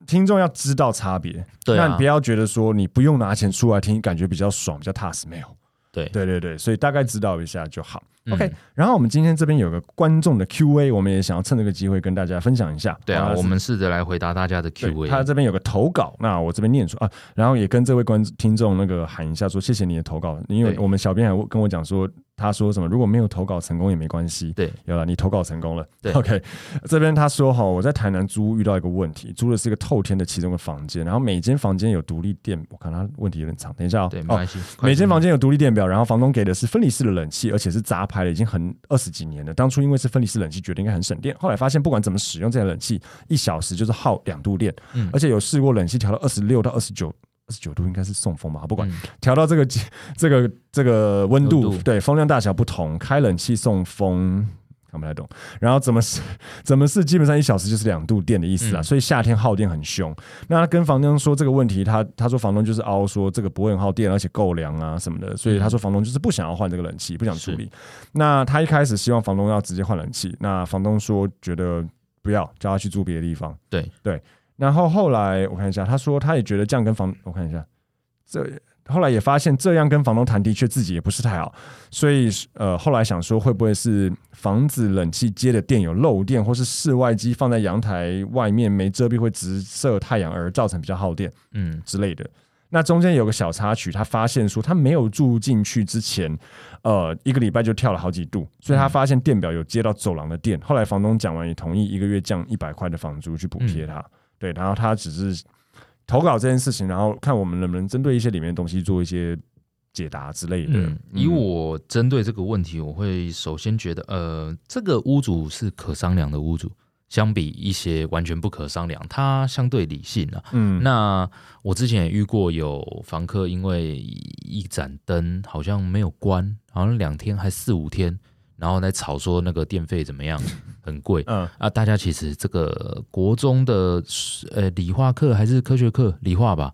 听众要知道差别。
对
那你
啊
不，要觉得说你不用拿钱出来听，感觉比较爽，比较踏实，没有。
对
对对对，所以大概知道一下就好。
嗯
OK，然后我们今天这边有个观众的 Q&A，我们也想要趁这个机会跟大家分享一下。
对啊
好，
我们试着来回答大家的
对
Q&A。
他这边有个投稿，那我这边念出啊，然后也跟这位观听众那个喊一下说，谢谢你的投稿，因为
对
我们小编还跟我讲说，他说什么如果没有投稿成功也没关系，
对，
有了你投稿成功了，
对
，OK，这边他说哈，我在台南租屋遇到一个问题，租的是一个透天的其中的房间，然后每间房间有独立电，我看他问题有点长，等一下、哦，
对，没
哦
关系。快
每间
速
房间有独立电表，然后房东给的是分离式的冷气，而且是杂牌的，已经很二十几年了。当初因为是分离式冷气，觉得应该很省电，后来发现不管怎么使用这台冷气，一小时就是耗两度电，
嗯
而且有试过冷气调到二十六到二十九。二十九度应该是送风吧，不管
嗯
调到这个 *laughs* 这个这个温度，
温度
对风量大小不同，开冷气送风看不太懂。然后怎么是 *laughs* 怎么是基本上一小时就是两度电的意思啊，
嗯
所以夏天耗电很凶。那他跟房东说这个问题，他他说房东就是凹说这个不会很耗电，而且够凉啊什么的，所以
嗯
他说房东就是不想要换这个冷气，不想处理。那他一开始希望房东要直接换冷气，那房东说觉得不要，叫他去住别的地方。
对
对，然后后来我看一下，他说他也觉得这样跟房，我看一下，这后来也发现这样跟房东谈的确自己也不是太好，所以呃后来想说会不会是房子冷气接的电有漏电，或是室外机放在阳台外面没遮蔽会直射太阳而造成比较耗电
嗯
之类的。那中间有个小插曲，他发现说他没有住进去之前，呃，一个礼拜就跳了好几度，所
嗯
以他发现电表有接到走廊的电。后来房东讲完也同意一个月降一百块的房租去补
嗯
贴他，对，然后他只是投稿这件事情，然后看我们能不能针对一些里面的东西做一些解答之类的。
嗯
嗯，
以我针对这个问题，我会首先觉得，呃，这个屋主是可商量的屋主，相比一些完全不可商量，他相对理性啊。
嗯
那我之前也遇过有房客，因为一盏灯好像没有关，好像两天还四五天，然后来吵说那个电费怎么样，很贵。
嗯
啊，大家其实这个国中的呃理化课还是科学课，理化吧，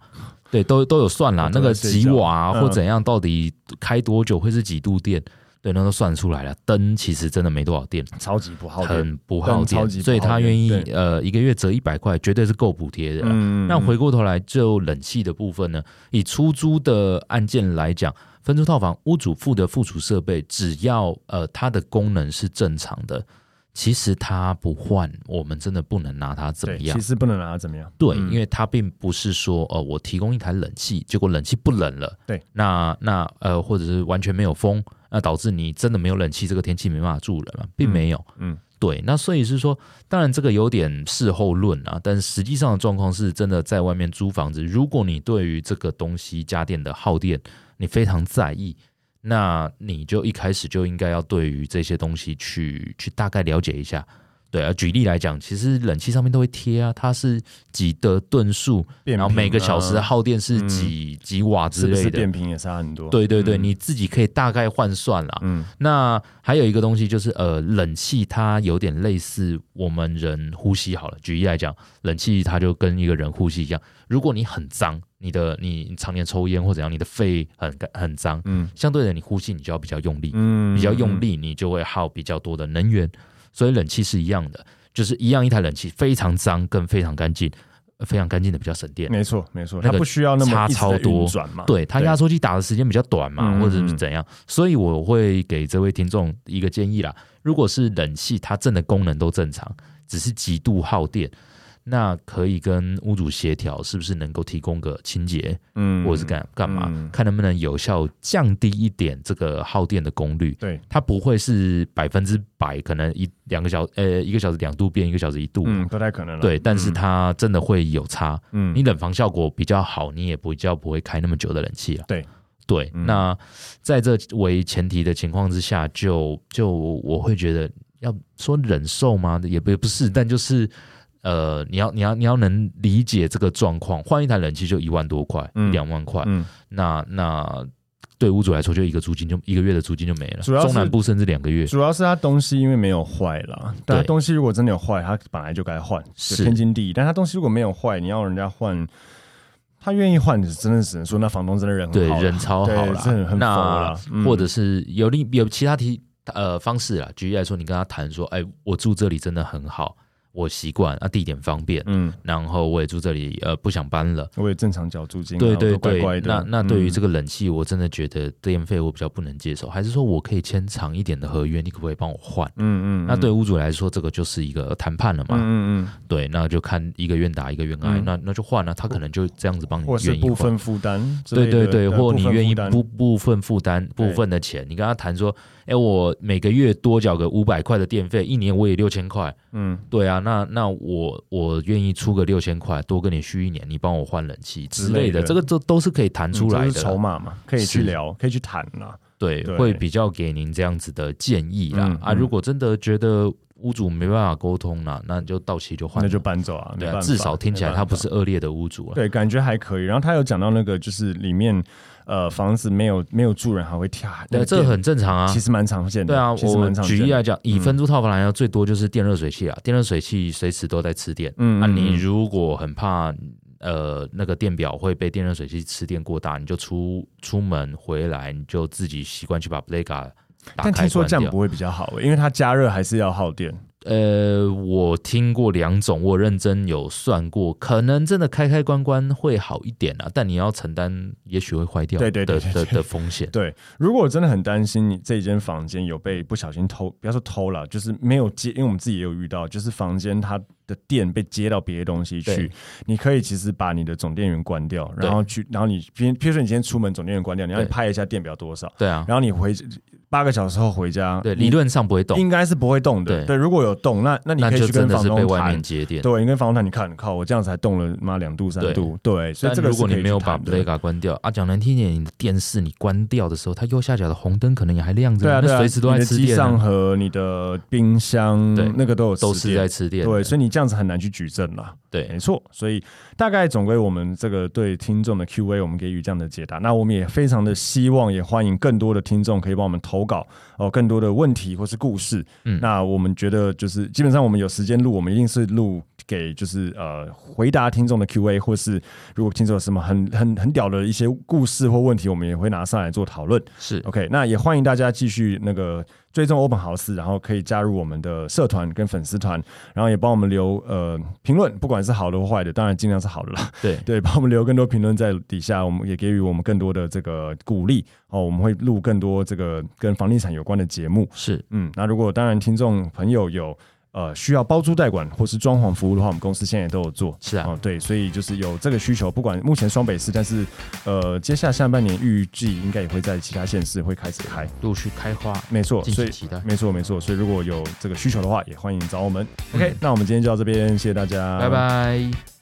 对，都都有算啦
我。都
那
在
个
睡
几
觉
瓦、啊
嗯
或怎样，到底开多久会是几度电？对，那都算出来了。灯其实真的没多少电，
超级不好
很
电，
不耗
灯超
电，
级不
所以
耗
他
电
愿意
对
呃一个月折一百块，绝对是够补贴的啦。
嗯
那回过头来，就冷气的部分呢，以出租的案件来讲，分租套房屋主付的附属设备，只要呃它的功能是正常的，其实它不换，我们真的不能拿它怎么
对，
样
其。实不能拿它怎么样。
对，
嗯
因为它并不是说，呃，我提供一台冷气，结果冷气不冷了，
对，
那那呃，或者是完全没有风，那导致你真的没有冷气，这个天气没办法住人嘛，并没有，
嗯
对，那所以是说，当然这个有点事后论啊，但实际上的状况是真的在外面租房子，如果你对于这个东西家电的耗电你非常在意，那你就一开始就应该要对于这些东西去去大概了解一下。对啊，举例来讲，其实冷气上面都会贴啊，它是几的吨数，
变频
然后每个小时
啊
耗电是几、几瓦之
是不
类
是
的
变。频也差很多？
对对对，
嗯
你自己可以大概换算啦。
嗯
那还有一个东西就是，呃，冷气它有点类似我们人呼吸好了。举例来讲，冷气它就跟一个人呼吸一样。如果你很脏，你的你常年抽烟或怎样，你的肺很干很脏，
嗯
相对的你呼吸你就要比较用力，
嗯
比较用力你就会耗比较多的能源。所以冷气是一样的，就是一样一台冷气非常脏跟非常干净，呃非常干净的比较省电。
没错，没错，
那
它
个
不需要那么
差
一直在
超多
运转嘛。
对，它压缩机打的时间比较短嘛，
啊嗯
或者
嗯
是
嗯
怎样，所以我会给这位听众一个建议啦。如果是冷气，它真的功能都正常，只是极度耗电，那可以跟屋主协调，是不是能够提供个清洁，
嗯
或者是干干嘛，
嗯
看能不能有效降低一点这个耗电的功率。
对，
它不会是百分之百，可能一两个小呃一个小时两度变一个小时一度嘛，
嗯，不太可能了。
对，但是
嗯
它真的会有差。
嗯
你冷房效果比较好，你也比较不会开那么久的冷气了。
对
对，
嗯
那在这为前提的情况之下，就就我会觉得要说忍受吗？也不也不是，但就是呃，你要你要你要能理解这个状况，换一台冷气就一万多块，
嗯
两万块，
嗯，
那那。对屋主来说，就一个租金就一个月的租金就没了，
主要是
中南部甚至两个月。
主要是它东西因为没有坏啦，但它
对
东西如果真的有坏，它本来就该换，
是
就天经地义。但它东西如果没有坏，你要人家换，他愿意换，真的只能说那房东真的人
对
很好啦，
人超好
对
啦，
真的很佛
那
啦嗯
或者是有另有其他提呃方式啦，举例来说，你跟他谈说，哎、我住这里真的很好，我习惯，啊，地点方便，
嗯，
然后我也住这里，呃，不想搬了。
我也正常缴租金啊，
对对
我都乖
对，
乖的。嗯
那那对于这
个，
个冷气，我真的觉得电费我比较不能接受，还是说我可以签长一点的合约，你可不可以帮我换？
嗯嗯，
那
嗯
对，屋主来说，这个就是一个谈判了嘛。
嗯嗯
对，那就看一个愿打一个愿挨，
嗯
那那就换了、他可能就这样子帮
嗯，
你
或是
愿意
部
换。
分负担之类
对
的，
对对，或你愿意
不
部部分负担部分的钱，你跟他谈说，哎，我每个月多缴个五百块的电费，一年我也六千块，
嗯
对啊，那那我我愿意出个六千块，多跟你续一年，你帮我换冷气之类
之类
的，
的
这个都都是可以谈出来
嗯
的
这是
啦，
筹码嘛，可以去
是
聊，可以去谈啊啦。
对，
对
会比较给您这样子的建议啦
嗯。
啊，
嗯
如果真的觉得屋主没办法沟通啦，那你就到期就换
那
了，
就搬走啊，没
对啊，
办法
至少听起来
没
他
办
不
法
是恶劣的屋主了。
对，感觉还可以。然后他有讲到那个，就是里面呃房子没有没有住人，还会跳，那
对，
个
这
电
很正常啊。
其实蛮常见的。
对啊，
其实
我
蛮常
举
见
例
的。嗯
来讲，以分租套房来讲，最多就是电热水器啊，电热水器随时都在吃电。
嗯
啊，
嗯
你
嗯
如果很怕呃那个电表会被电热水器吃电过大，你就出出门回来，你就自己习惯去把 Plega 打
但
开
听说
关
这样
掉
不。会比较好欸，因为它加热还是要耗电。
呃，我听过两种，我认真有算过，可能真的开开关关会好一点啊，但你要承担也许会坏掉的
对对对对
的
对
的风险。
对，如果我真的很担心你这一间房间有被不小心偷，不要说偷了，就是没有接，因为我们自己也有遇到，就是房间它的电被接到别的东西去
对，
你可以其实把你的总电源关掉，然后去，然后你，比如比如说你今天出门总电源关掉，你要
对
拍一下电表多少，
对啊，
然后你回八个小时后回家，
对，
你
理论上不会动，
应该是不会动的。
对
对，如果有动，那那你
那
可以
就
去
真
跟
的
房
是被
东
外
谈
面。接电。
对，你跟房东谈，你看，靠，我这样才动了妈两度三
对
度，对，所以
但
这个
如
是
果你
可以
没有
去
把
谈的
Vega 关掉啊，讲难听一点，你的电视你关掉的时候，它右下角的红灯可能也还亮着
对
呢，
啊，对
那
啊，
随时都
你
在
的
吃
机
电
上
啊，
盒、你的冰箱，
对
那个都有
都
吃
是
电
在吃电的。
对，所以你这样子很难去举证啦。没
对
错，所以大概总归我们这个对听众的 Q&A，我们给予这样的解答。那我们也非常的希望，也欢迎更多的听众可以帮我们投稿哦、更多的问题或是故事。
嗯
那我们觉得就是基本上我们有时间录，我们一定是录给就是呃回答听众的 Q&A，或是如果听众有什么很很很屌的一些故事或问题，我们也会拿上来做讨论。
是
OK，那也欢迎大家继续那个追踪 Open House，然后可以加入我们的社团跟粉丝团，然后也帮我们留呃评论，不管是好的或坏的，当然尽量是好的啦。 *laughs*
对
对，帮我们留更多评论在底下，我们也给予我们更多的这个鼓励哦。我们会录更多这个跟房地产有关的节目。
是
嗯，那如果当然听众朋友有呃需要包租代管或是装潢服务的话，我们公司现在也都有做。
是啊
哦，对，所以就是有这个需求，不管目前双北市，但是呃，接下来下半年预计应该也会在其他县市会开始开。
陆续开花，
没错，
敬
所
请
以
期待。
没错没错，所以如果有这个需求的话，也欢迎找我们。OK，那我们今天就到这边，谢谢大家，
嗯拜。拜。